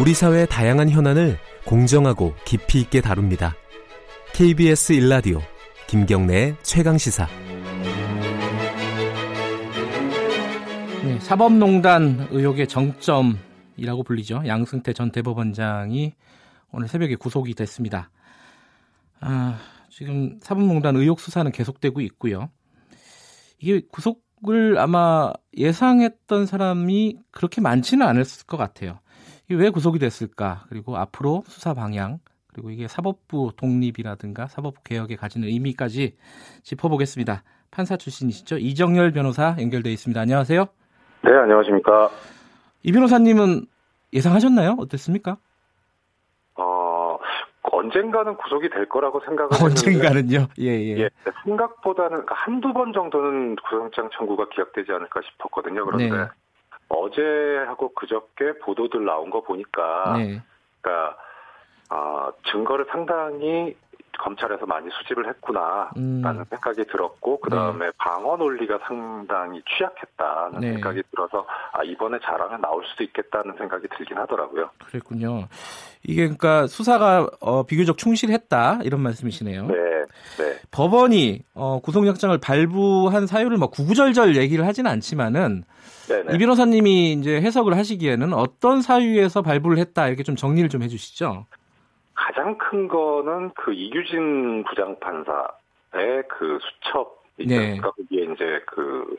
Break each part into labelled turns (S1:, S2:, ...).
S1: 우리 사회의 다양한 현안을 공정하고 깊이 있게 다룹니다. KBS 일라디오 김경래의 최강 시사.
S2: 네, 사법농단 의혹의 정점이라고 불리죠. 양승태 전 대법원장이 오늘 새벽에 구속이 됐습니다. 아, 지금 사법농단 의혹 수사는 계속되고 있고요. 이게 구속을 아마 예상했던 사람이 그렇게 많지는 않았을 것 같아요. 이게 왜 구속이 됐을까? 그리고 앞으로 수사 방향, 그리고 이게 사법부 독립이라든가 사법부 개혁에 가지는 의미까지 짚어보겠습니다. 판사 출신이시죠? 이정열 변호사 연결돼 있습니다. 안녕하세요.
S3: 네, 안녕하십니까.
S2: 이 변호사님은 예상하셨나요? 어땠습니까?
S3: 어, 언젠가는 구속이 될 거라고 생각을 했는데
S2: 언젠가는요. 예, 예.
S3: 네, 예, 생각보다는 그러니까 한두 번 정도는 구속영장 청구가 기각되지 않을까 싶었거든요. 그런데
S2: 네.
S3: 어제하고 그저께 보도들 나온 거 보니까
S2: 네.
S3: 그러니까 아, 증거를 상당히 검찰에서 많이 수집을 했구나라는
S2: 음. 네.
S3: 생각이 들었고 그다음에 방어 논리가 상당히 취약했다는
S2: 네.
S3: 생각이 들어서 아, 이번에 잘하면 나올 수도 있겠다는 생각이 들긴 하더라고요.
S2: 그랬군요. 이게 그러니까 수사가 어, 비교적 충실했다 이런 말씀이시네요.
S3: 네. 네.
S2: 법원이 어, 구속영장을 발부한 사유를 막 구구절절 얘기를 하진 않지만은
S3: 네, 네.
S2: 이 변호사님이 이제 해석을 하시기에는 어떤 사유에서 발부를 했다 이렇게 좀 정리를 좀 해주시죠.
S3: 가장 큰 거는 그 이규진 부장판사의 그 수첩 있지
S2: 네.
S3: 않습니까? 거기에 이제 그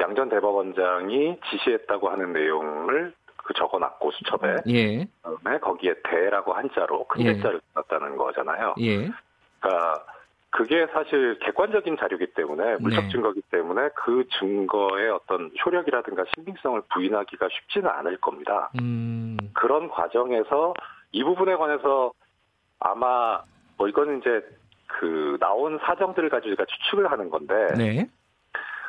S3: 양전 대법원장이 지시했다고 하는 내용을 그 적어놨고 수첩에
S2: 예,
S3: 그다음에 거기에 대라고 한자로 큰
S2: 예.
S3: 글자를 썼다는 거잖아요.
S2: 예,
S3: 그러니까 그게 사실 객관적인 자료이기 때문에 물적
S2: 네.
S3: 증거이기 때문에 그 증거의 어떤 효력이라든가 신빙성을 부인하기가 쉽지는 않을 겁니다.
S2: 음,
S3: 그런 과정에서 이 부분에 관해서 아마 뭐 이거는 이제 그 나온 사정들을 가지고 제가 추측을 하는 건데
S2: 네,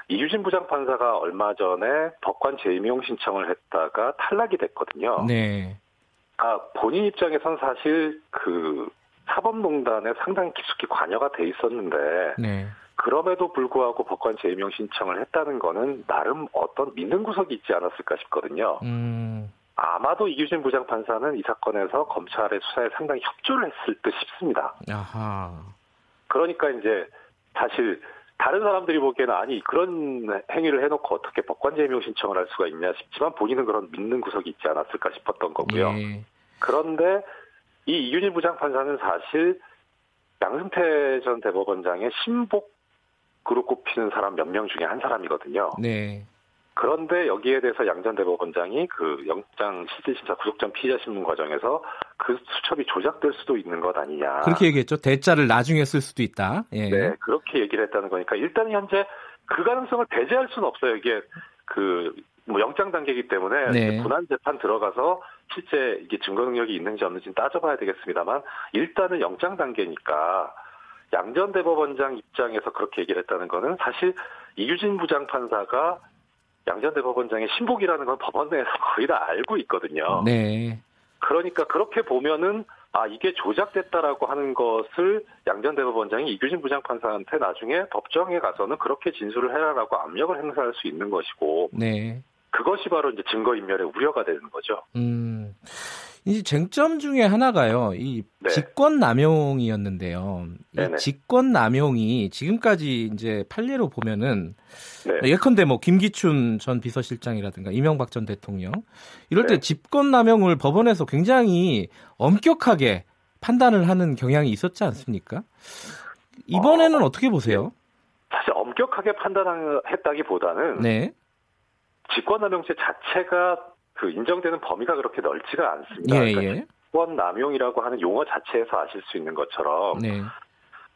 S3: 이유진 부장 판사가 얼마 전에 법관 재임용 신청을 했다가 탈락이 됐거든요.
S2: 네,
S3: 아, 본인 입장에선 사실 그 사법농단에 상당히 깊숙이 관여가 돼 있었는데
S2: 네,
S3: 그럼에도 불구하고 법관 재임용 신청을 했다는 거는 나름 어떤 믿는 구석이 있지 않았을까 싶거든요.
S2: 음,
S3: 아마도 이규진 부장판사는 이 사건에서 검찰의 수사에 상당히 협조를 했을 듯 싶습니다.
S2: 아하,
S3: 그러니까 이제 사실 다른 사람들이 보기에는 아니 그런 행위를 해놓고 어떻게 법관 재임용 신청을 할 수가 있냐 싶지만 본인은 그런 믿는 구석이 있지 않았을까 싶었던 거고요.
S2: 예,
S3: 그런데 이 이윤희 부장판사는 사실 양승태 전 대법원장의 신복으로 꼽히는 사람 몇 명 중에 한 사람이거든요.
S2: 네,
S3: 그런데 여기에 대해서 양 전 대법원장이 그 영장 실질심사 구속전 피의자 신문 과정에서 그 수첩이 조작될 수도 있는 것 아니냐.
S2: 그렇게 얘기했죠. 대자를 나중에 쓸 수도 있다. 예,
S3: 네, 그렇게 얘기를 했다는 거니까 일단 현재 그 가능성을 배제할 수는 없어요. 이게 그 뭐 영장 단계이기 때문에
S2: 네.
S3: 이제 분한 재판 들어가서 실제 이게 증거 능력이 있는지 없는지 따져봐야 되겠습니다만 일단은 영장 단계니까 양전 대법원장 입장에서 그렇게 얘기를 했다는 거는 사실 이규진 부장 판사가 양전 대법원장의 신복이라는 건 법원 내에서 거의 다 알고 있거든요.
S2: 네.
S3: 그러니까 그렇게 보면은 아 이게 조작됐다라고 하는 것을 양전 대법원장이 이규진 부장판사한테 나중에 법정에 가서는 그렇게 진술을 해라라고 압력을 행사할 수 있는 것이고
S2: 네.
S3: 그것이 바로 이제 증거 인멸의 우려가 되는 거죠.
S2: 음. 이제 쟁점 중에 하나가요. 이
S3: 네.
S2: 직권 남용이었는데요. 이
S3: 네네.
S2: 직권 남용이 지금까지 이제 판례로 보면은
S3: 네,
S2: 예컨대 뭐 김기춘 전 비서실장이라든가 이명박 전 대통령 이럴 때
S3: 네.
S2: 직권 남용을 법원에서 굉장히 엄격하게 판단을 하는 경향이 있었지 않습니까? 이번에는 어, 떻게 보세요?
S3: 사실 엄격하게 판단했다기보다는
S2: 네.
S3: 직권남용죄 자체가 그 인정되는 범위가 그렇게 넓지가 않습니다.
S2: 예,
S3: 그러니까
S2: 예.
S3: 직권남용이라고 하는 용어 자체에서 아실 수 있는 것처럼
S2: 네.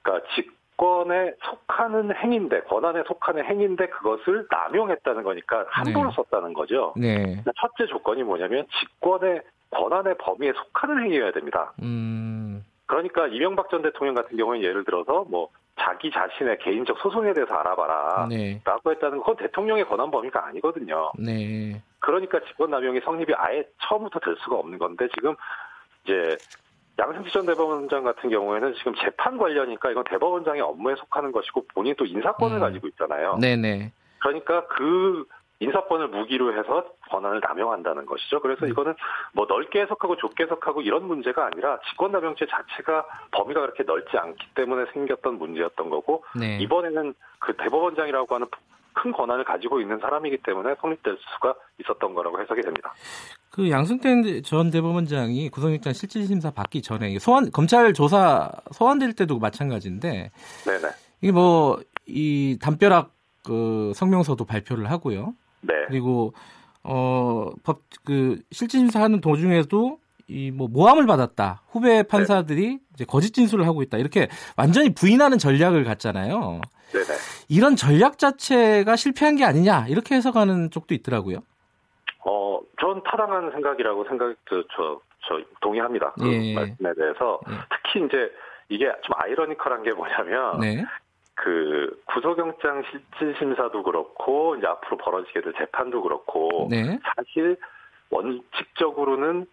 S3: 그러니까 직권에 속하는 행위인데 권한에 속하는 행위인데 그것을 남용했다는 거니까 함부로
S2: 네.
S3: 썼다는 거죠.
S2: 네.
S3: 그러니까 첫째 조건이 뭐냐면 직권의 권한의 범위에 속하는 행위여야 됩니다.
S2: 음.
S3: 그러니까 이명박 전 대통령 같은 경우는 예를 들어서 뭐 자기 자신의 개인적 소송에 대해서 알아봐라.
S2: 네.
S3: 라고 했다는 건 대통령의 권한 범위가 아니거든요.
S2: 네.
S3: 그러니까 직권남용의 성립이 아예 처음부터 될 수가 없는 건데 지금 이제 양승태 전 대법원장 같은 경우에는 지금 재판 관련이니까 이건 대법원장의 업무에 속하는 것이고 본인 또 인사권을
S2: 음.
S3: 가지고 있잖아요.
S2: 네, 네.
S3: 그러니까 그 인사권을 무기로 해서 권한을 남용한다는 것이죠. 그래서 이거는 뭐 넓게 해석하고 좁게 해석하고 이런 문제가 아니라 직권남용죄 자체가 범위가 그렇게 넓지 않기 때문에 생겼던 문제였던 거고
S2: 네.
S3: 이번에는 그 대법원장이라고 하는 큰 권한을 가지고 있는 사람이기 때문에 성립될 수가 있었던 거라고 해석이 됩니다.
S2: 그 양승태 전 대법원장이 구속영장 실질심사 받기 전에 이게 소환 검찰 조사 소환될 때도 마찬가지인데
S3: 네네.
S2: 이게 뭐 이 담벼락 그 성명서도 발표를 하고요.
S3: 네.
S2: 그리고 어법 그 실질심사하는 도중에도 이 뭐 모함을 받았다 후배 판사들이
S3: 네.
S2: 이제 거짓 진술을 하고 있다 이렇게 완전히 부인하는 전략을 갖잖아요.
S3: 네네.
S2: 이런 전략 자체가 실패한 게 아니냐 이렇게 해석하는 쪽도 있더라고요.
S3: 어, 전 타당한 생각이라고 생각, 저, 저, 저 동의합니다. 그
S2: 예.
S3: 말씀에 대해서.
S2: 예.
S3: 특히 이제 이게 좀 아이러니컬한 게 뭐냐면,
S2: 네,
S3: 그 구속영장 실질심사도 그렇고, 이제 앞으로 벌어지게 될 재판도 그렇고,
S2: 네,
S3: 사실 원칙적으로는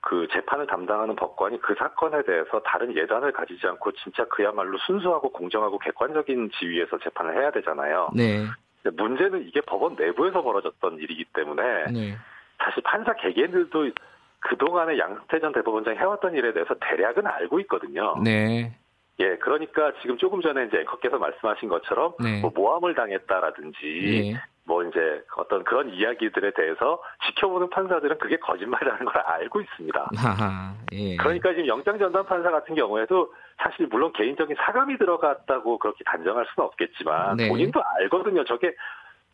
S3: 그 재판을 담당하는 법관이 그 사건에 대해서 다른 예단을 가지지 않고 진짜 그야말로 순수하고 공정하고 객관적인 지위에서 재판을 해야 되잖아요.
S2: 네,
S3: 근데 문제는 이게 법원 내부에서 벌어졌던 일이기 때문에
S2: 네.
S3: 사실 판사 개개인들도 그동안에 양태 전 대법원장이 해왔던 일에 대해서 대략은 알고 있거든요.
S2: 네.
S3: 예, 그러니까 지금 조금 전에 이제 앵커께서 말씀하신 것처럼
S2: 네.
S3: 뭐 모함을 당했다라든지
S2: 예.
S3: 뭐 이제 어떤 그런 이야기들에 대해서 지켜보는 판사들은 그게 거짓말이라는 걸 알고 있습니다.
S2: 하하. 예.
S3: 그러니까 지금 영장 전담 판사 같은 경우에도 사실 물론 개인적인 사감이 들어갔다고 그렇게 단정할 수는 없겠지만
S2: 네.
S3: 본인도 알거든요. 저게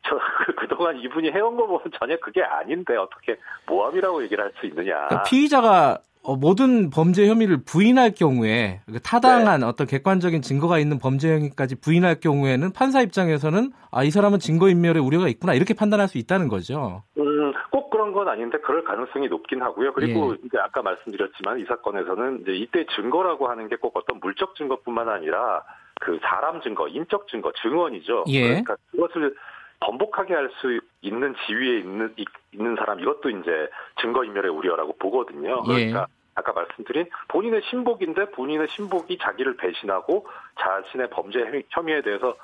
S3: 저 그동안 이분이 해온 거 보면 전혀 그게 아닌데 어떻게 모함이라고 얘기를 할 수 있느냐.
S2: 그러니까 피의자가 어, 모든 범죄 혐의를 부인할 경우에 그
S3: 네.
S2: 타당한 어떤 객관적인 증거가 있는 범죄 행위까지 부인할 경우에는 판사 입장에서는 아 이 사람은 증거 인멸의 우려가 있구나 이렇게 판단할 수 있다는 거죠.
S3: 음, 꼭 그런 건 아닌데 그럴 가능성이 높긴 하고요. 그리고
S2: 예.
S3: 이제 아까 말씀드렸지만 이 사건에서는 이제 이때 증거라고 하는 게 꼭 어떤 물적 증거뿐만 아니라 그 사람 증거, 인적 증거, 증언이죠.
S2: 예.
S3: 그러니까 그것을 번복하게 할 수 있는 지위에 있는 이- 있는 사람 이것도 이제 증거 인멸의 우려라고 보거든요. 그러니까
S2: 예.
S3: 아까 말씀드린 본인의 신복인데 본인의 신복이 자기를 배신하고 자신의 범죄 혐의- 혐의에 대해서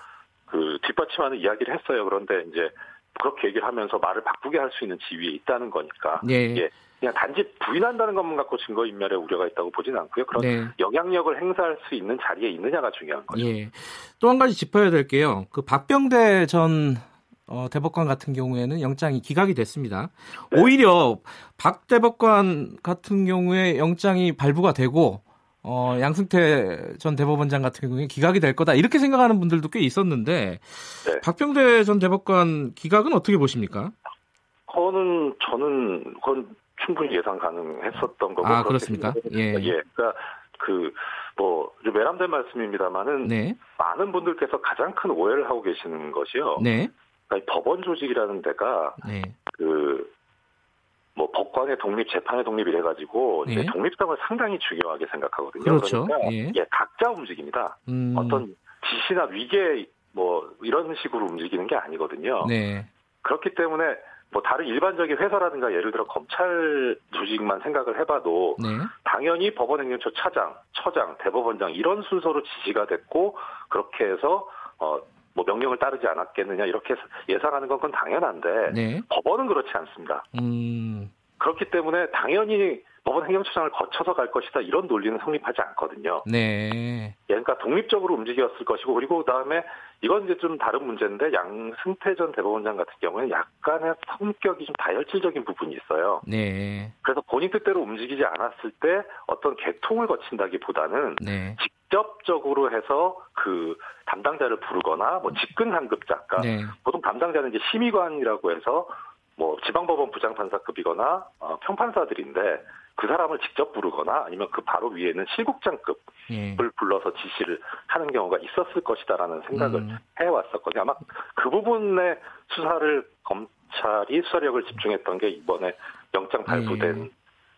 S3: 그 뒷받침하는 이야기를 했어요. 그런데 이제 그렇게 얘기를 하면서 말을 바꾸게 할 수 있는 지위에 있다는 거니까
S2: 네.
S3: 예. 그냥 단지 부인한다는 것만 갖고 증거 인멸의 우려가 있다고 보진 않고요. 그런
S2: 네.
S3: 영향력을 행사할 수 있는 자리에 있느냐가 중요한 거죠.
S2: 예. 또 한 가지 짚어야 될 게요. 그 박병대 전 어, 대법관 같은 경우에는 영장이 기각이 됐습니다.
S3: 네.
S2: 오히려 박 대법관 같은 경우에 영장이 발부가 되고 어, 양승태 전 대법원장 같은 경우에 기각이 될 거다 이렇게 생각하는 분들도 꽤 있었는데
S3: 네.
S2: 박병대 전 대법관 기각은 어떻게 보십니까?
S3: 그거는 저는 그건 충분히 예상 가능했었던 거고
S2: 아,
S3: 그렇게
S2: 그렇습니까?
S3: 생각했습니다.
S2: 예.
S3: 예. 그러니까 그뭐 외람된 말씀입니다만은
S2: 네,
S3: 많은 분들께서 가장 큰 오해를 하고 계시는 것이요.
S2: 네,
S3: 그러니까 이 법원 조직이라는 데가
S2: 네,
S3: 그 뭐 법관의 독립, 재판의 독립 이래 가지고
S2: 네.
S3: 독립성을 상당히 중요하게 생각하거든요.
S2: 그렇죠.
S3: 러니까
S2: 예.
S3: 각자 움직입니다.
S2: 음,
S3: 어떤 지시나 위계 뭐 이런 식으로 움직이는 게 아니거든요.
S2: 네,
S3: 그렇기 때문에 뭐 다른 일반적인 회사라든가 예를 들어 검찰 조직만 생각을 해봐도
S2: 네,
S3: 당연히 법원행정처 차장, 처장, 대법원장 이런 순서로 지시가 됐고 그렇게 해서 어 뭐 명령을 따르지 않았겠느냐 이렇게 예상하는 건 그건 당연한데
S2: 네,
S3: 법원은 그렇지 않습니다.
S2: 음,
S3: 그렇기 때문에 당연히 법원 행정처장을 거쳐서 갈 것이다 이런 논리는 성립하지 않거든요.
S2: 네,
S3: 예, 그러니까 독립적으로 움직였을 것이고 그리고 그다음에 이건 이제 좀 다른 문제인데 양승태 전 대법원장 같은 경우에는 약간의 성격이 좀 다혈질적인 부분이 있어요.
S2: 네,
S3: 그래서 본인 뜻대로 움직이지 않았을 때 어떤 개통을 거친다기보다는
S2: 네,
S3: 직접적으로 해서 그 담당자를 부르거나 뭐 직근 상급자가
S2: 네.
S3: 보통 담당자는 이제 심의관이라고 해서 뭐 지방법원 부장판사급이거나 어, 평판사들인데 그 사람을 직접 부르거나 아니면 그 바로 위에는 실국장급을
S2: 예.
S3: 불러서 지시를 하는 경우가 있었을 것이다라는 생각을
S2: 음,
S3: 해왔었거든요. 아마 그 부분에 수사를 검찰이 수사력을 집중했던 게 이번에 영장 발부된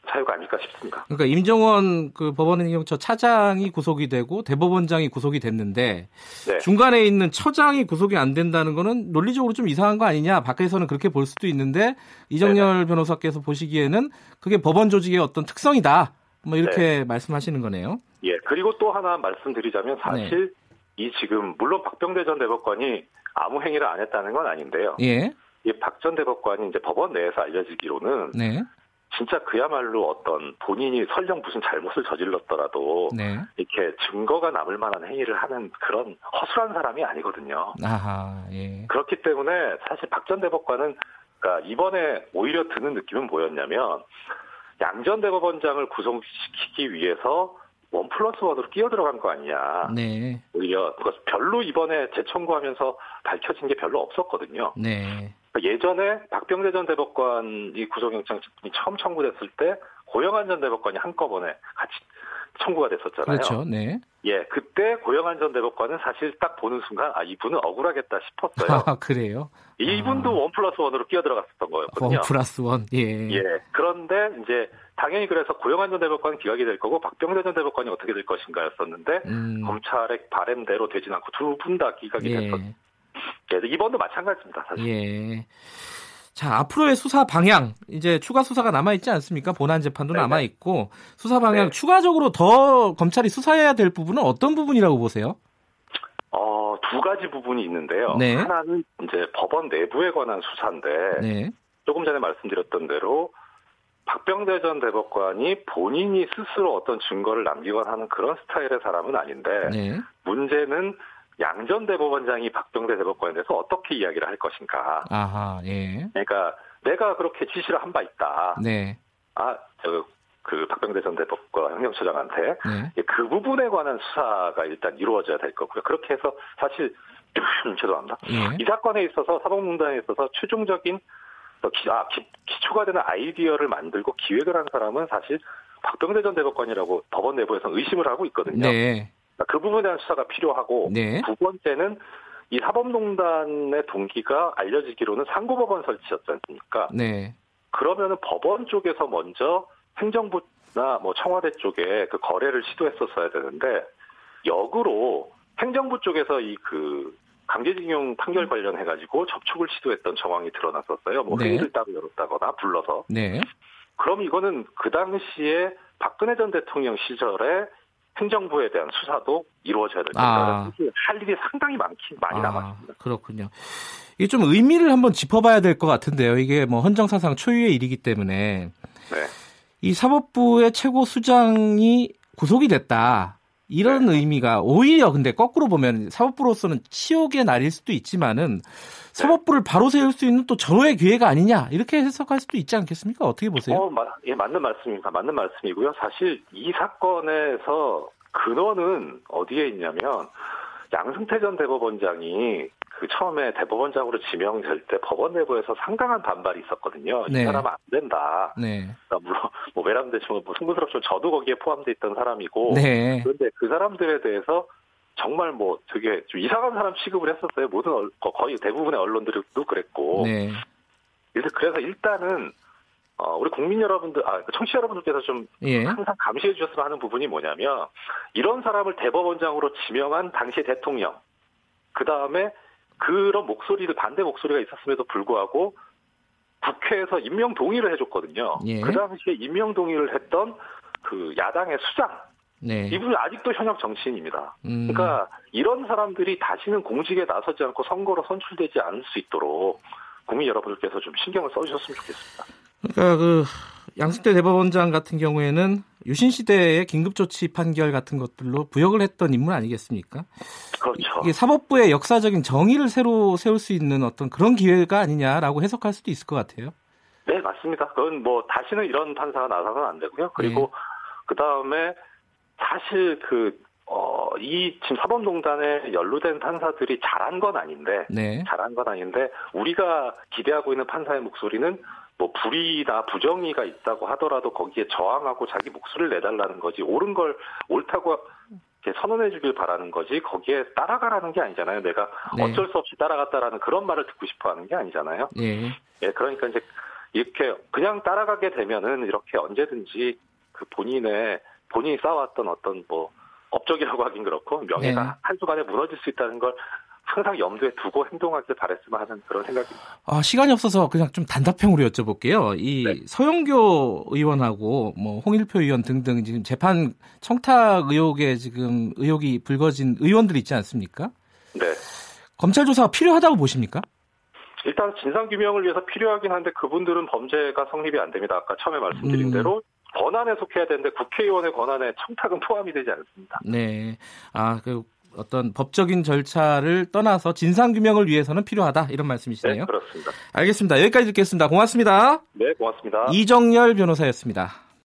S3: 사유가 아닐까 싶습니다.
S2: 그러니까 임정원 그 법원행정처 차장이 구속이 되고 대법원장이 구속이 됐는데
S3: 네.
S2: 중간에 있는 처장이 구속이 안 된다는 거는 논리적으로 좀 이상한 거 아니냐 밖에서는 그렇게 볼 수도 있는데 이정열 변호사께서 보시기에는 그게 법원 조직의 어떤 특성이다 뭐
S3: 네.
S2: 이렇게 말씀하시는 거네요.
S3: 예. 그리고 또 하나 말씀드리자면 사실 이 지금 물론 박병대 전 대법관이 아무 행위를 안 했다는 건 아닌데요.
S2: 예,
S3: 박 전 대법관이 이제 법원 내에서 알려지기로는
S2: 네.
S3: 진짜 그야말로 어떤 본인이 설령 무슨 잘못을 저질렀더라도
S2: 네.
S3: 이렇게 증거가 남을 만한 행위를 하는 그런 허술한 사람이 아니거든요.
S2: 아하. 예.
S3: 그렇기 때문에 사실 박 전 대법관은 그러니까 이번에 오히려 드는 느낌은 뭐였냐면 양 전 대법원장을 구성시키기 위해서 원 플러스 원으로 끼어 들어간 거 아니냐.
S2: 네.
S3: 오히려 그것 별로 이번에 재청구하면서 밝혀진 게 별로 없었거든요.
S2: 네.
S3: 그러니까 예전에 박병대 전 대법관이 구속영장이 처음 청구됐을 때 고영한 전 대법관이 한꺼번에 같이 청구가 됐었잖아요.
S2: 그렇죠. 네.
S3: 예, 그때 고영한 전 대법관은 사실 딱 보는 순간 아 이분은 억울하겠다 싶었어요.
S2: 아, 그래요.
S3: 이분도 원 플러스 원으로 끼어 들어갔었던 거였거든요.
S2: 원 플러스 원. 예.
S3: 예, 그런데 이제 당연히 그래서 고영한 전 대법관은 기각이 될 거고 박병대 전 대법관이 어떻게 될 것인가였었는데
S2: 음.
S3: 검찰의 바램대로 되진 않고 두 분 다 기각이
S2: 예.
S3: 됐었. 예, 이번도 마찬가지입니다. 사실.
S2: 예. 자, 앞으로의 수사 방향, 이제 추가 수사가 남아있지 않습니까? 본안 재판도
S3: 네네.
S2: 남아있고, 수사 방향,
S3: 네.
S2: 추가적으로 더 검찰이 수사해야 될 부분은 어떤 부분이라고 보세요?
S3: 어, 두 가지 부분이 있는데요.
S2: 네.
S3: 하나는 이제 법원 내부에 관한 수사인데
S2: 네.
S3: 조금 전에 말씀드렸던 대로 박병대 전 대법관이 본인이 스스로 어떤 증거를 남기거나 하는 그런 스타일의 사람은 아닌데
S2: 네.
S3: 문제는 양 전 대법원장이 박병대 대법관에 대해서 어떻게 이야기를 할 것인가.
S2: 아하, 예.
S3: 그러니까 내가 그렇게 지시를 한 바 있다.
S2: 네.
S3: 아, 저, 그 박병대 전 대법관 행정처장한테
S2: 네.
S3: 예, 그 부분에 관한 수사가 일단 이루어져야 될 거고요. 그렇게 해서 사실 죄송합니다.
S2: 예.
S3: 이 사건에 있어서 사법농단에 있어서 최종적인 어, 기, 아, 기, 초가 되는 아이디어를 만들고 기획을 한 사람은 사실 박병대 전 대법관이라고 법원 내부에서 의심을 하고 있거든요. 뭐
S2: 네.
S3: 그러니까 그 부분에 대한 수사가 필요하고
S2: 네.
S3: 두 번째는 이 사법농단의 동기가 알려지기로는 상고법원 설치였지 않습니까?
S2: 네.
S3: 그러면은 법원 쪽에서 먼저 행정부나 뭐 청와대 쪽에 그 거래를 시도했었어야 되는데 역으로 행정부 쪽에서 이 그 강제징용 판결 관련해 가지고 접촉을 시도했던 정황이 드러났었어요. 뭐
S2: 네.
S3: 회의를 따로 열었다거나 불러서
S2: 네.
S3: 그럼 이거는 그 당시에 박근혜 전 대통령 시절에 행정부에 대한 수사도 이루어져야 될
S2: 아.
S3: 겁니다. 할 일이 상당히 많긴 많이
S2: 아,
S3: 남았습니다.
S2: 그렇군요. 이게 좀 의미를 한번 짚어봐야 될 것 같은데요. 이게 뭐 헌정사상 초유의 일이기 때문에
S3: 네.
S2: 이 사법부의 최고 수장이 구속이 됐다. 이런
S3: 네.
S2: 의미가 오히려 근데 거꾸로 보면 사법부로서는 치욕의 날일 수도 있지만은 사법부를 바로 세울 수 있는 또 절호의 기회가 아니냐 이렇게 해석할 수도 있지 않겠습니까? 어떻게 보세요?
S3: 어, 마- 예, 맞는 말씀입니다. 맞는 말씀이고요. 사실 이 사건에서 근원은 어디에 있냐면 양승태 전 대법원장이 그 처음에 대법원장으로 지명될 때 법원 내부에서 상당한 반발이 있었거든요.
S2: 네.
S3: 이 사람은 안 된다.
S2: 네,
S3: 그러니까 물론 뭐 외람되지만 뭐 승부스럽지만 저도 거기에 포함돼 있던 사람이고
S2: 네,
S3: 어, 그런데 그 사람들에 대해서 정말 뭐 되게 좀 이상한 사람 취급을 했었어요. 모든 언- 거- 거의 대부분의 언론들도 그랬고
S2: 네,
S3: 그래서- 그래서 일단은 어, 우리 국민 여러분들, 아, 청취자 여러분들께서 좀
S2: 예,
S3: 항상 감시해 주셨으면 하는 부분이 뭐냐면 이런 사람을 대법원장으로 지명한 당시 대통령 그 다음에 그런 목소리들 반대 목소리가 있었음에도 불구하고 국회에서 임명 동의를 해줬거든요.
S2: 예.
S3: 그 당시에 임명 동의를 했던 그 야당의 수장
S2: 네.
S3: 이분은 아직도 현역 정치인입니다.
S2: 음,
S3: 그러니까 이런 사람들이 다시는 공직에 나서지 않고 선거로 선출되지 않을 수 있도록 국민 여러분들께서 좀 신경을 써주셨으면 좋겠습니다.
S2: 그러니까 그 양승태 대법원장 같은 경우에는 유신 시대의 긴급조치 판결 같은 것들로 부역을 했던 인물 아니겠습니까?
S3: 그렇죠.
S2: 이게 사법부의 역사적인 정의를 새로 세울 수 있는 어떤 그런 기회가 아니냐라고 해석할 수도 있을 것 같아요.
S3: 네, 맞습니다. 그건 뭐 다시는 이런 판사가 나서는 안 되고요. 그리고 그 다음에 사실 그 어, 이 지금 사법농단에 연루된 판사들이 잘한 건 아닌데
S2: 네.
S3: 잘한 건 아닌데 우리가 기대하고 있는 판사의 목소리는 뭐 불의나 부정의가 있다고 하더라도 거기에 저항하고 자기 목소리를 내달라는 거지 옳은 걸 옳다고 이렇게 선언해주길 바라는 거지 거기에 따라가라는 게 아니잖아요. 내가
S2: 네.
S3: 어쩔 수 없이 따라갔다라는 그런 말을 듣고 싶어하는 게 아니잖아요.
S2: 예.
S3: 예, 그러니까 이제 이렇게 그냥 따라가게 되면은 이렇게 언제든지 그 본인의 본인이 쌓아왔던 어떤 뭐 업적이라고 하긴 그렇고 명예가
S2: 네.
S3: 한순간에 무너질 수 있다는 걸 항상 염두에 두고 행동하길 바랬으면 하는 그런 생각입니다.
S2: 아, 시간이 없어서 그냥 좀 단답형으로 여쭤볼게요. 이
S3: 네.
S2: 서영교 의원하고 뭐 홍일표 의원 등등 지금 재판 청탁 의혹에 지금 의혹이 불거진 의원들 있지 않습니까?
S3: 네.
S2: 검찰 조사가 필요하다고 보십니까?
S3: 일단 진상 규명을 위해서 필요하긴 한데 그분들은 범죄가 성립이 안 됩니다. 아까 처음에 말씀드린
S2: 음.
S3: 대로 권한에 속해야 되는데 국회의원의 권한에 청탁은 포함이 되지 않습니다.
S2: 네. 아, 그 어떤 법적인 절차를 떠나서 진상 규명을 위해서는 필요하다 이런
S3: 네,
S2: 말씀이시네요.
S3: 그렇습니다.
S2: 알겠습니다. 여기까지 듣겠습니다. 고맙습니다.
S3: 네, 고맙습니다.
S2: 이정열 변호사였습니다.